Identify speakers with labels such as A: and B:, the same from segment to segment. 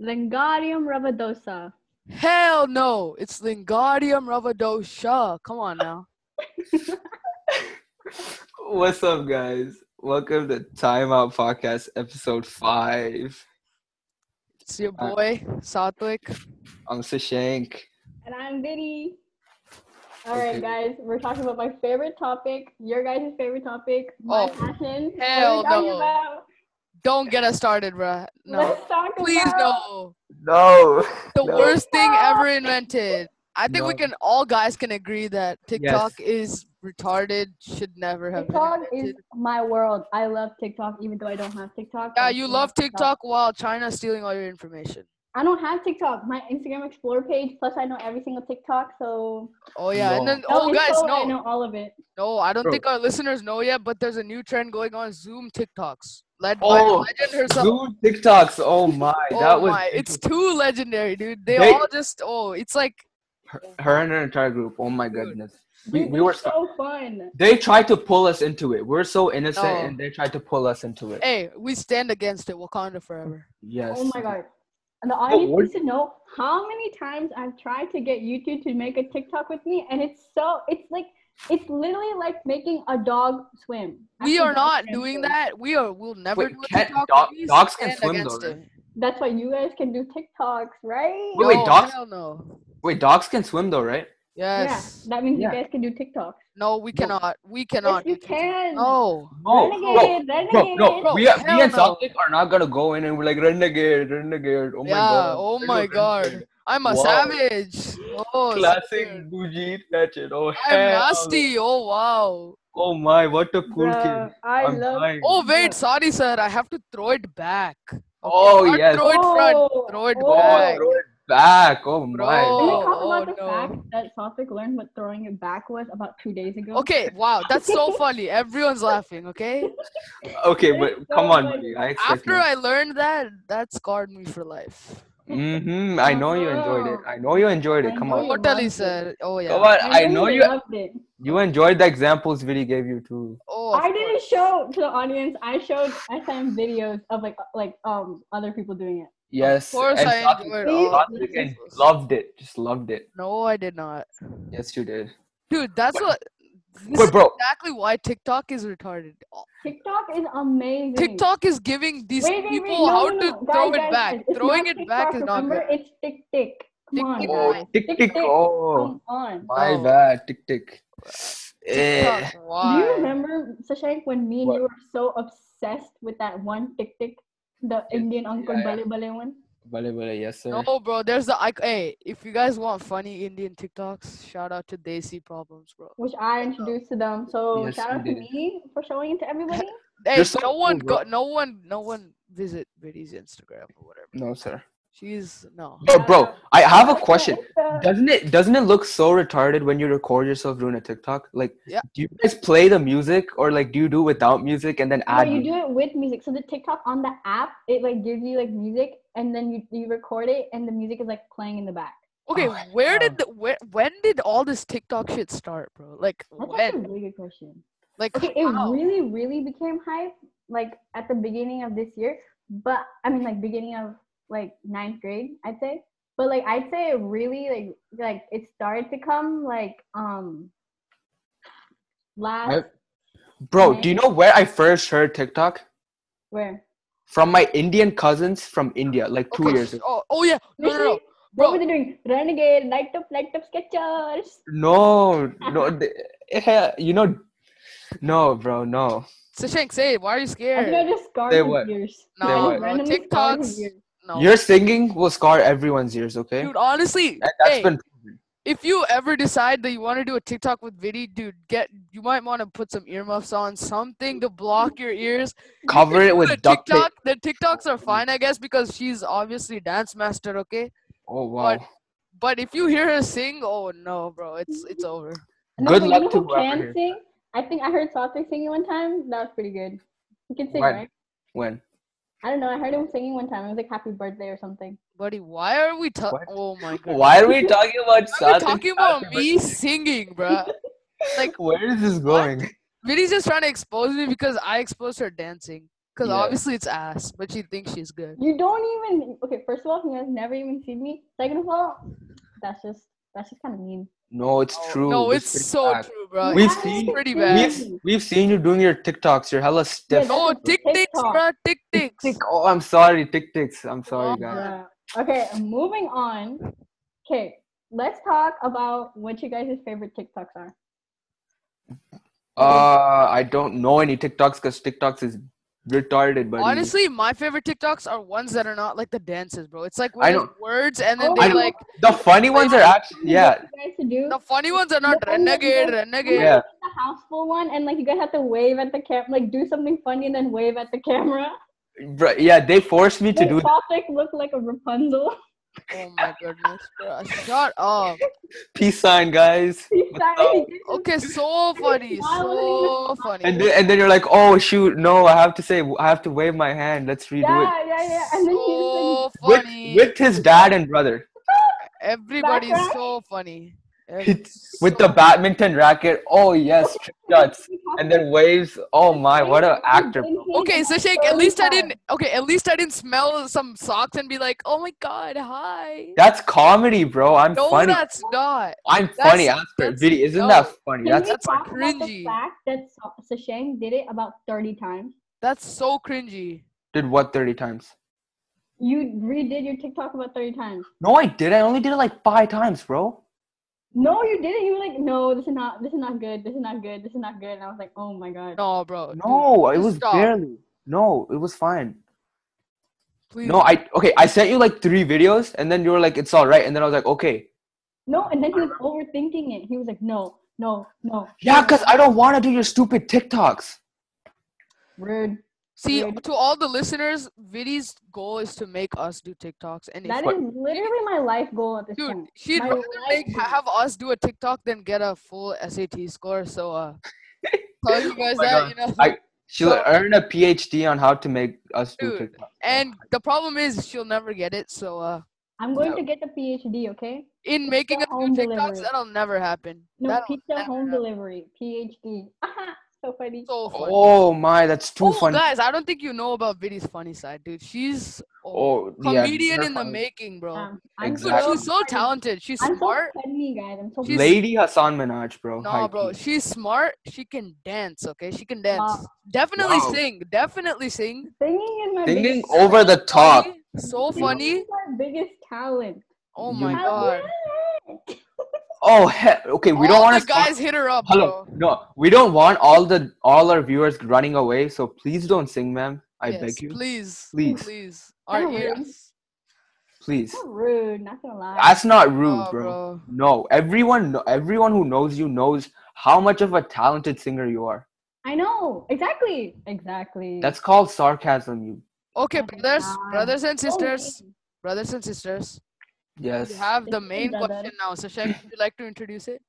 A: Lingarium ravadosa.
B: Hell no. It's Lingardium Ravadosha. Come on now.
C: What's up, guys? Welcome to Time Out Podcast, episode five.
B: It's your
C: Uh,
B: boy, Satwik.
C: I'm Sashank.
A: And I'm Diddy. All right,
C: Okay.
A: guys, we're talking about my favorite topic, your guys' favorite topic, my
B: Oh,
A: passion. What are we
B: hell
A: talking
B: no.
A: about?
B: Don't get us started, bruh. No.
A: Let's talk
B: Please
A: about
B: no.
C: No.
B: The
C: No.
B: worst thing ever invented. I think we
C: No.
B: can all guys can agree that TikTok is retarded, should never have
A: TikTok is
B: been invented.
A: my world. I love TikTok, even though I don't have TikTok.
B: Yeah,
A: I
B: you
A: still
B: love TikTok while China's stealing all your information.
A: I don't have TikTok. My Instagram Explore page. Plus, I know every single TikTok. So
B: Oh yeah. And
C: No.
B: then oh
A: No
B: guys,
A: info, I
B: no.
A: know all of it.
B: No, I don't
C: Bro.
B: think our listeners know yet, but there's a new trend going on Zoom TikToks. Led by the
C: Oh,
B: legend herself.
C: Zoom TikToks. Oh my, that
B: oh
C: was
B: my, it's too legendary, dude. They,
C: They-
B: all just oh, it's like
C: her, her and her entire group. Oh my goodness. We,
A: Dude,
C: we
A: it's
C: were so-
A: so fun.
C: they tried to pull us into it. We're so innocent,
B: No.
C: and they tried to pull us into it.
B: hey, we stand against it, Wakanda forever.
C: Yes.
A: Oh my god. And the audience
C: what-
A: needs to know how many times I've tried to get YouTube to make a TikTok with me, and it's so it's like it's literally like making a dog swim. Actually,
B: We are
A: dogs
B: not
A: swim,
B: doing
A: so
B: that. We are. We'll never
C: Wait,
B: do a
C: can't
B: TikTok.
C: dog-
B: We
C: dogs can
B: stand
C: swim,
B: against
C: though,
B: it.
A: That's why you guys can do TikToks, right?
C: Wait, wait,
B: No,
C: dogs-
B: Hell no.
C: Wait, dogs can swim though, right?
B: Yes.
A: Yeah, that means
C: Yeah.
A: you guys can do TikToks.
B: No, we
C: No.
B: cannot. We cannot.
A: yes, you
B: do TikTok.
A: can.
B: No.
C: No,
A: renegade,
C: no,
A: renegade.
C: no, no.
B: Bro,
C: We, we
B: hell
C: and
B: no.
C: Celtic are not gonna go in and we're like renegade, renegade. Oh my
B: yeah.
C: god.
B: oh
C: We're
B: my
C: renegade.
B: god. I'm a
C: Wow.
B: savage. Oh,
C: Classic
B: dude.
C: Bougie ratchet. Oh,
B: I'm
C: hell.
B: nasty. Oh wow.
C: Oh my, what a cool
A: Bruh,
C: kid.
A: I
C: I'm
A: love.
C: crying.
B: Oh wait, sorry sir. I have to throw it back. Okay,
C: Oh,
B: not
C: yes.
B: Throw it front.
A: Oh,
B: throw it
A: oh.
B: back.
C: throw it back. Oh
A: Can we
B: Bro.
C: my.
A: talk
B: Oh,
A: about the
B: no.
A: fact that Sophic learned what throwing it back was about two days ago?
B: Okay, wow, that's so funny. Everyone's laughing, okay?
C: Okay, but
A: It's
C: come
A: so
C: on,
A: funny.
C: buddy. I expect
B: After I learned that, that scarred me for life.
C: hmm I know you enjoyed it. I know you enjoyed it.
A: I
C: Come
A: know
C: on.
A: you-
B: Totally,
A: loved
B: sir. Oh, yeah.
C: Come on. I know you
A: loved it.
C: you enjoyed the examples Vili gave you too.
B: Oh, of
A: I didn't
B: course.
A: show to the audience. I showed SM videos of like like um other people doing it.
C: Yes.
B: Of course,
C: and
B: I
C: Satvik-
B: enjoyed
A: Please,
B: all.
C: Satvik and loved it. Just loved it.
B: No, I did not.
C: Yes, you did.
B: Dude, that's what. This
C: But
B: is
C: bro,
B: exactly why TikTok is retarded.
A: TikTok is amazing.
B: TikTok is giving these
A: Wait, wait, wait,
B: people
A: no, no,
B: how
A: no.
B: to
A: Guys,
B: throw it
A: guys,
B: back.
A: guys, it's
B: Throwing
A: not
B: it back is
A: TikTok,
B: not
A: Remember,
B: good.
A: it's tick tick. Come
B: Tick,
A: on,
B: tick,
A: guys.
C: oh, tick tick. Oh,
A: Come on.
C: my
B: Oh.
C: bad. Tick tick. Eh.
B: TikTok,
A: Do you
B: why?
A: remember Sashank when me and you
C: What?
A: were so obsessed with that one tick tick, the Indian uncle
C: yeah.
A: bale bale one?
C: Bale bale, yes sir.
B: No, bro, there's the. I, hey, if you guys want funny Indian TikToks, shout out to Desi Problems, bro.
A: which I introduced to them. So
C: Yes,
A: shout
C: you
A: out to
C: did.
A: me for showing it to everybody.
B: Hey,
C: You're so
B: no one
C: cool, bro.
B: go, no one, no one visit Biddy's Instagram or whatever.
C: No sir.
B: She's no.
C: But bro, I have a
A: That's my
C: question.
A: Insta.
C: Doesn't it doesn't it look so retarded when you record yourself doing a TikTok? Like,
B: Yeah.
C: do you guys play the music or like do you do without music and then
A: No,
C: add?
A: you
C: music?
A: do it with music. So the TikTok on the app, it like gives you like music, and then you you record it, and the music is like playing in the back.
B: Okay,
C: Oh,
B: where did the, where when did all this TikTok shit start, bro? Like
A: That's actually
B: when?
A: a really good question.
B: Like
A: Okay, it
B: how?
A: really really became hype like at the beginning of this year, but I mean like beginning of like ninth grade, I'd say. But like I'd say it really like like it started to come like um last
C: I- Bro, do you know where I first heard TikTok?
A: where
C: From my Indian cousins from India, like two
B: Okay,
C: years ago.
B: Oh, oh yeah, no, no, no,
A: Really? What were
B: bro.
A: they doing? Renegade, light up, light up, sketchers.
C: No, no, th- eh, you know, no, bro, no.
B: Sashank, say it. Why are you
A: I think I
B: scared?
A: just scarred
C: They
A: his
C: were.
A: ears.
B: No,
A: I just
C: were.
A: randomly scarred his
B: TikToks.
A: ears.
B: No,
C: Your singing will scar everyone's ears, okay?
B: dude. Honestly,
C: And that's
B: hey,
C: been
B: if you ever decide that you want to do a TikTok with Viddy, dude, get you might want to put some earmuffs on, something to block your ears. You
C: Cover
B: can
C: it
B: do
C: with
B: the
C: duct tape.
B: TikTok. The TikToks are fine, I guess, because she's obviously dance master, okay?
C: Oh wow.
B: But- But if you hear her sing, oh no, bro, it's it's over.
A: No,
C: Good
A: but
C: luck
A: you know
C: to
A: who
C: whoever
A: can
C: hears
A: sing? I think I heard Sawtooth singing one time. That was pretty good. He can sing,
C: When?
A: right?
C: When?
A: I don't know. I heard him singing one time. It was like Happy Birthday or something.
B: Buddy, why are we talking?
C: What?
B: Oh my god.
C: Why are we talking about
B: Why are we
C: Sath and
B: talking about
C: Sath?
B: me singing, bro?
C: Where is this going?
B: Vinny's just trying to expose me because I exposed her dancing. Because
C: Yeah.
B: obviously it's ass, but she thinks she's good.
A: You don't even okay. First of all, you guys never even seen me. Second of all, that's just that's just kind of mean.
C: No, it's true.
B: no,
C: This
B: it's
C: is
B: so
C: fact.
B: true, bro.
C: We've
B: It's
C: seen-
B: pretty bad.
A: Yes.
C: We've, we've seen you doing your TikToks. You're hella stiff.
A: that's
B: Oh,
A: on
B: tick ticks,
A: TikTok.
B: bro. Tick ticks.
C: Tick- Oh, I'm sorry, tick ticks. I'm sorry,
B: Oh,
C: guys.
A: Yeah. Okay, moving on. Okay, let's talk about what you guys' favorite TikToks are.
C: Uh, I don't know any TikToks because TikToks is retarded. But
B: Honestly, my favorite TikToks are ones that are not like the dances, bro. It's like
C: I
B: when it's words and then
A: Oh,
B: they
C: I know.
B: like
C: the funny ones are actually yeah,
A: You guys to do
B: the funny ones are not
A: The funny ones
B: renegade,
A: are-
B: renegade.
C: yeah.
A: the house full one, and like you guys have to wave at the camera, like do something funny and then wave at the camera.
C: Bro, yeah, they forced me to
A: Make
C: do.
A: topic look like a Rapunzel.
B: Oh my goodness, bro. Shut up.
C: Peace sign, guys.
A: He's sorry.
B: Okay, so funny, so funny.
C: And then, and then you're like, oh shoot, no, I have to say, I have to wave my hand. Let's redo it
A: Yeah, yeah, yeah. And then he was
B: so
C: with,
B: funny.
C: with his dad and brother,
B: Everybody's
A: Background?
B: so funny.
C: It's- with the badminton racket. Oh yes, trick
A: like,
C: shots. And then waves. Oh my, what an actor. bro.
B: Okay, so Shake, at least I didn't okay, at least I didn't smell some socks and be like, oh my god, hi.
C: That's comedy, bro. I'm
B: No,
C: funny.
B: that's not.
C: I'm
B: that's-
C: funny after
B: that's-
C: video. Isn't
B: no.
C: that funny?
A: Can
C: That's
A: we
B: that's
A: talk about the
B: cringy.
A: fact that Sa- Sashang did it about 30 times?
B: That's so cringy.
C: did what thirty times?
A: You redid your TikTok about 30 times.
C: No, I did. I only did it like five times, bro.
A: No, you didn't. You were like, no, this is not, this is not good. This is not good. This is not good. And I was like, oh my god.
B: No, bro. dude,
C: No, it
B: just
C: was
B: stop.
C: barely. No, it was fine.
B: please.
C: No, I okay. I sent you like three videos, and then you were like, "It's all right," and then I was like, "Okay."
A: No, and then he was overthinking it. He was like, no, no, no.
C: Yeah, cause I don't want to do your stupid TikToks.
A: Rude.
B: See,
A: Weird.
B: to all the listeners, Viddy's goal is to make us do TikToks, and
A: That
B: if,
A: is literally my life goal at this
B: dude,
A: point.
B: she'd
A: my
B: rather
A: life
B: make,
A: goal.
B: have us do a TikTok than get a full SAT score. So, uh, tell you guys
C: Oh my
B: that
C: God.
B: you know.
C: I- She'll
B: So-
C: earn a PhD on how to make us do
B: Dude,
C: TikToks.
B: and the problem is she'll never get it. So, uh,
A: I'm going to get the PhD, okay?
B: in making us do
A: home
B: TikToks,
A: delivery.
B: that'll never happen.
A: No,
B: That'll
A: pizza
B: never
A: home
B: happen.
A: delivery, PhD. Aha, so funny.
B: So funny.
C: oh my, that's too
B: Oh,
C: funny.
B: guys, I don't think you know about Viddy's funny side, dude. She's oh,
C: Oh, yeah,
B: comedian
C: they're
B: in the
C: funny.
B: making, bro.
A: Um,
B: Dude,
C: Exactly.
B: she's so
A: funny.
B: talented. She's
A: I'm so
B: smart.
A: funny, guys. I'm so
B: She's-
C: Lady Hassan Minaj, bro.
B: No,
C: Oh, high
B: bro,
C: key.
B: she's smart. She can dance. Okay, she can dance.
A: Wow.
B: Definitely
C: Wow.
B: sing. Definitely sing.
A: singing is my
C: Singing
A: biggest,
C: over the top.
B: Funny, so
A: singing
B: funny.
A: is my biggest talent.
B: Oh
C: You-
B: my
A: I
B: god.
A: love it.
C: Oh, heck. okay. We don't
B: All
C: want
B: the
C: to.
B: guys hit her up,
C: Hello.
B: bro.
C: No, we don't want all the all our viewers running away. So please don't sing, ma'am. I
B: Yes,
C: beg you.
B: Please,
C: Please.
B: please. Our
A: Kinda rude.
B: ears.
C: Please.
A: So rude, not gonna lie.
C: That's not rude,
B: Oh,
C: bro. No, everyone, kno- everyone who knows you knows how much of a talented singer you are.
A: I know exactly, exactly.
C: That's called sarcasm. You.
B: Okay,
A: Oh my
B: brothers,
A: God.
B: brothers and
A: So
B: sisters,
A: mean.
B: brothers and sisters.
C: Yes.
B: We have the
A: Thank you,
B: main
A: brother.
B: question now. Sashank, would you like to introduce it?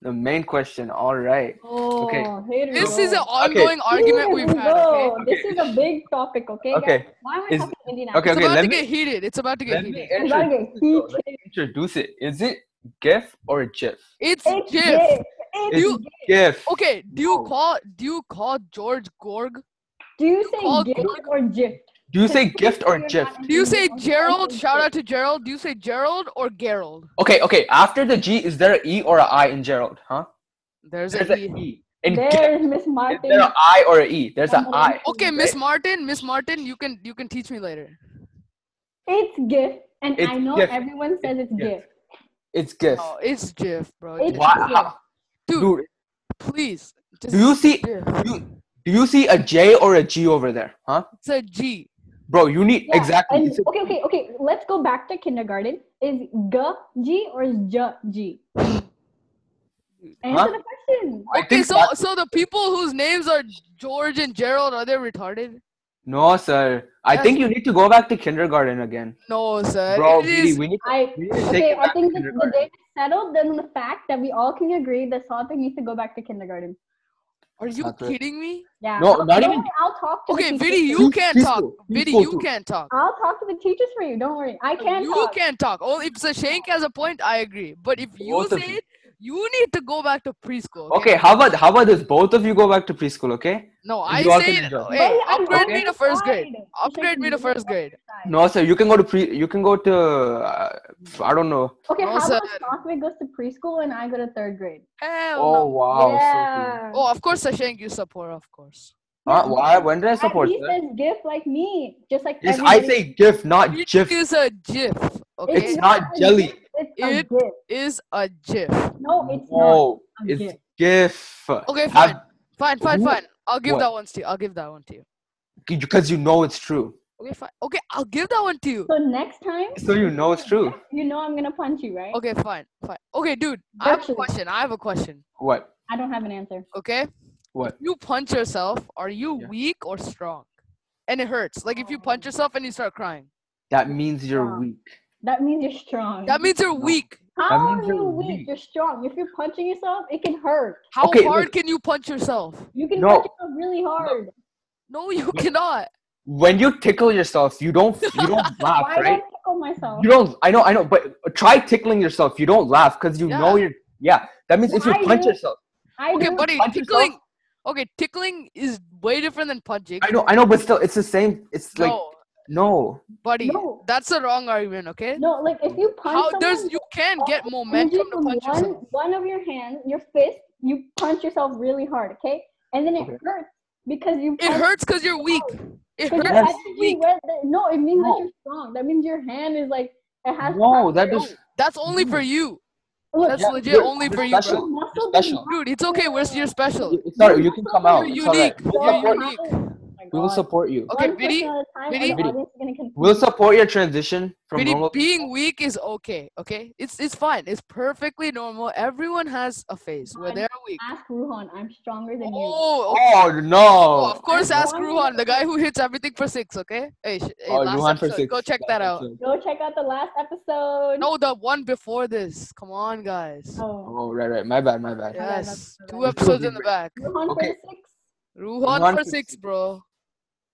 C: The main question. All right.
A: Oh,
C: Okay.
A: here we
B: This
A: go.
B: is an ongoing
A: Here
B: argument
A: we
B: we've had. Okay?
A: go. This is a big topic, okay? guys?
C: Okay.
A: Why am I
C: Is-
A: talking Indian
C: Okay.
B: It's
C: Okay.
B: about to
C: Let
B: get
C: me
B: heated. It's about to get
C: let me
B: heated.
A: accent? Without
C: introduce,
A: getting
C: though. Let
A: heated.
C: me introduce it. Is it GIF or GIF?
B: It's
A: It's
B: GIF.
A: gay. It's
B: You-
A: gay.
C: GIF.
B: Okay, do you
C: No.
B: call do you call George Gorg?
A: Do you
B: called
A: say gay
B: Gorg?
A: or gift?
C: Do you say gift or GIF?
B: Do you say Gerald? Shout out to Gerald. Do you say Gerald or Gerald?
C: Okay, okay. After the G, is there an E or an I in Gerald? Huh?
B: There's
C: There's
B: a
C: an
B: E.
C: E. In GIF,
A: There's Miss
C: is
A: Martin.
C: there an I or an E? There's an I.
B: Okay, Miss Martin, Miss Martin, you can you can teach me later.
A: It's gift, and
C: It's
A: I know
C: gift.
A: everyone says it's gift.
C: gift. It's GIF.
A: Oh,
B: No, Oh, it's GIF, bro.
A: It's
B: Just-
C: Why?
A: GIF.
C: how-
B: Dude,
C: Dude,
B: please. Just
C: do you see?
B: GIF.
C: You, do you see a J or a G over there? Huh?
B: It's a G.
C: Bro, you need
A: Yeah,
C: exactly.
A: and-
C: it's a-
A: okay, okay, okay. Let's go back to kindergarten. Is g g or is j g? Answer
C: Huh?
A: the question.
C: I
B: Okay,
C: think
B: so
C: that-
B: so the people whose names are George and Gerald are they retarded?
C: no, sir. I
B: Yes.
C: think you need to go back to kindergarten again,
B: No, sir.
C: bro.
B: it
C: really,
B: is
C: we need.
A: I
C: We need to take
A: okay.
C: it back
A: I
C: to
A: think the, the
C: kindergarten.
A: date is settled. Then the fact that we all can agree that something needs to go back to kindergarten.
B: Are you
C: Not good.
B: kidding me?
A: Yeah.
C: No, not
A: Don't
C: even-
A: worry, I'll talk to
B: Okay,
A: the
B: Vidi,
A: teachers.
B: you
C: You-
B: can't
C: you
B: talk.
C: go. You
B: Vidi,
C: go
B: you
C: too.
B: can't talk.
A: I'll talk to the teachers for you. Don't worry. I can
B: you Oh,
A: talk.
B: can talk. Only if Sashank has a point, I agree. But if you
C: Both
B: say
C: of you.
B: it, You need to go back to preschool.
C: Okay, how about how about this? Both of you go back to preschool, okay?
B: No,
C: You
B: I
C: all
B: say
C: can enjoy.
B: hey,
A: Wait, I'm
B: upgrade
A: on
B: me
A: your
B: to first grade.
A: side.
B: Upgrade me to
A: Shaking,
B: first grade.
A: side.
C: No, sir, you can go to pre. You can go to. Uh, I don't know.
A: Okay,
B: No,
A: how
B: sir.
A: about Shashwik goes to preschool and I go to third grade?
B: Hell
C: Oh
B: no.
C: wow. Sophie.
A: yeah.
B: Oh, of course, Sashank, you support, of course.
C: Huh? why? When did I support?
A: At least
C: sir?
A: there's gift like me, just like
C: Yes, I
A: everybody-
C: say GIF, not
B: It
C: GIF.
B: is a GIF. Okay,
C: It's not
A: a
C: jelly.
A: gift, It's a
B: It-
A: gift.
B: is a GIF.
A: No, it's not.
C: no,
A: a
C: it's
A: gift.
C: GIF.
B: Okay, fine, fine, fine,
C: Who-
B: fine. I'll give
C: what?
B: that one to you. I'll give that one to you.
C: Because you know it's true.
B: Okay, fine. Okay, I'll give that one to you.
A: So next time,
C: So you know it's true.
A: you know I'm gonna punch you, right?
B: Okay, fine, fine. Okay, dude, I have a
A: Actually-
B: question. I have a question.
C: What?
A: I don't have an answer.
B: Okay,
C: What?
B: you punch yourself. Are you
C: Yeah.
B: weak or strong? And it hurts. Like if you punch yourself and you start crying,
C: That means you're
A: Yeah.
C: weak.
A: That means you're strong.
B: that means you're weak.
A: How
C: means
A: are
C: you're
A: you weak?
C: weak.
A: You're strong. If you're punching yourself, it can hurt.
B: How
C: Okay,
B: hard
C: look.
B: can you punch yourself?
A: You can
C: No.
A: punch yourself really hard.
B: No, you cannot.
C: When you tickle yourself, you don't you don't laugh,
A: Why
C: right?
A: don't I tickle myself?
C: You don't. I know. I know. But try tickling yourself. You don't laugh because you know
B: Yeah.
C: you're. Yeah. That means if you
A: Why
C: punch
A: you-
C: yourself.
A: I
B: Okay,
A: do.
B: buddy,
C: punch yourself?
B: tickling. Okay, tickling is way different than punching.
C: I know. I know. But still, it's the same. It's like
B: No,
C: no.
B: buddy,
A: No.
B: that's a wrong argument. Okay.
A: No, like if you punch
B: How
A: someone,
B: there's you can get
A: all
B: momentum
A: energy
B: to
A: from
B: punch
A: one,
B: yourself.
A: one of your hands, your fist, you punch yourself really hard, okay? And then it
C: Okay.
A: hurts because you.
B: It
A: punch-
B: hurts because you're weak. It
A: 'cause
B: hurts.
A: you
C: Yes.
A: actually went there- No, it means
C: No.
A: that you're strong. That means your hand is like it has.
C: No. That
B: No,
C: is.
B: that's only for you.
A: Look,
B: That's
C: Yeah,
B: legit
C: you're-
B: only
C: you're
B: for you,
C: special.
B: bro.
A: muscle
C: special.
B: Dude, it's okay. We're you're special.
C: It's not. You can come out.
B: You're
C: it's all right.
B: unique. You're
C: We'll support-
B: unique.
A: Oh
C: We will support you.
B: Okay, Vidi, Vidi.
C: We'll support your transition from
B: Really,
C: normal.
B: being weak is okay. Okay, it's it's fine. It's perfectly normal. Everyone has a phase where
A: Fine.
B: they're weak.
A: Ask Ruhan, I'm stronger than you.
B: Oh, okay.
C: Oh
B: Oh,
C: no!
B: of course,
A: I'm
B: ask
A: one
B: Ruhan, the guy who hits everything for six. Okay, hey, sh- hey
C: Oh,
B: last
C: Luhan for
B: episode,
C: six.
B: go check that out.
A: Go check out the last episode.
B: No, the one before this. Come on, guys.
A: Oh.
C: Oh right, right. My bad, my bad.
A: Yeah. bad, my
B: Yes,
A: bad, my
B: two
A: bad.
B: episodes in the back.
A: Ruhan
C: Okay.
A: for six.
B: Ruhan
C: Ruhan
B: for
C: for
B: six,
C: six.
B: bro.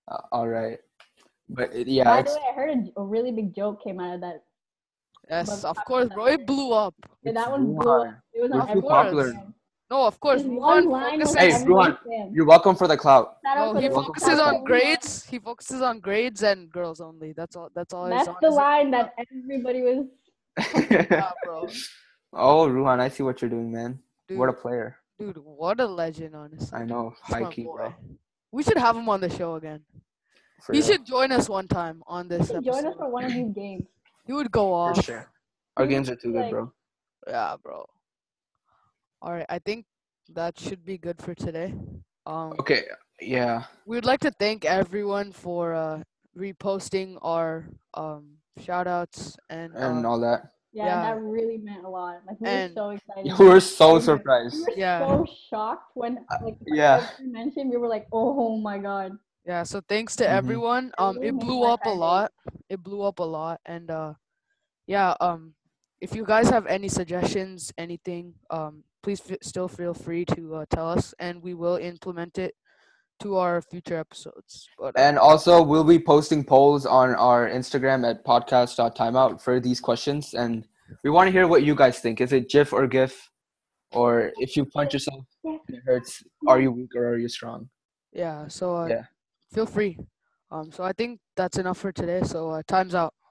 C: Uh, all right, but it- yeah,
A: By the
C: it's,
A: way, I heard a, a really big joke came out of that.
B: Yes,
A: But-
B: of course, bro. It blew up.
A: Yeah,
C: it's
A: that one blew up.
C: Ruhan.
A: It was
C: We're
A: on
B: too
A: every
B: popular.
A: Instagram.
B: No, of course.
A: His one
B: Ruhan
A: line was
B: focuses.
C: Hey,
A: everyone's
C: Ruhan,
A: fan.
C: You're welcome for the clout.
A: Shout out
B: No,
A: to
B: he
A: Ruhan.
B: focuses
A: Shout out
B: on
A: to
B: grades. He focuses on grades and girls only. That's all. That's all.
A: Ruhan.
B: he's
A: That's
B: on
A: the
B: is-
A: line that everybody was.
B: Yeah, bro.
C: oh, Ruhan, I see what you're doing, man.
B: Dude,
C: What a player.
B: dude, what a legend, honestly.
C: I know,
B: That's my
C: high key,
B: boy.
C: bro.
B: We should have him on the show again.
C: For
B: he
C: real.
B: should join us one time on
A: You
B: this
A: should
B: episode.
A: join us for one of these games.
B: he would go
C: For
B: off.
C: sure. Our games are too good, bro.
B: Yeah, bro. All right, I think that should be good for today. Um,
C: Okay, yeah.
B: we'd like to thank everyone for uh, reposting our um shout outs and,
C: And
A: Um,
B: uh,
C: all that.
A: Yeah,
B: Yeah.
A: that really meant a lot. Like we
B: And-
A: were so excited.
C: You were so
A: We were-
C: surprised.
A: We were
B: Yeah.
A: so shocked when like
C: yeah.
A: as you mentioned we were like, oh my god.
B: yeah. So thanks to
C: Mhm.
B: everyone. Um, it
A: Everyone
B: blew
A: has
B: up a
A: that
B: lot. It blew up a lot, and uh, yeah. Um, if you guys have any suggestions, anything, um, please f- still feel free to uh, tell us, and we will implement it to our future episodes. But uh,
C: And also, we'll be posting polls on our Instagram at podcast.timeout for these questions. And we want to hear what you guys think. Is it GIF or GIF? Or if you punch yourself and it hurts, are you weak or are you strong?
B: yeah. So uh,
C: Yeah.
B: feel free. Um, so I think that's enough for today. So uh, time's out.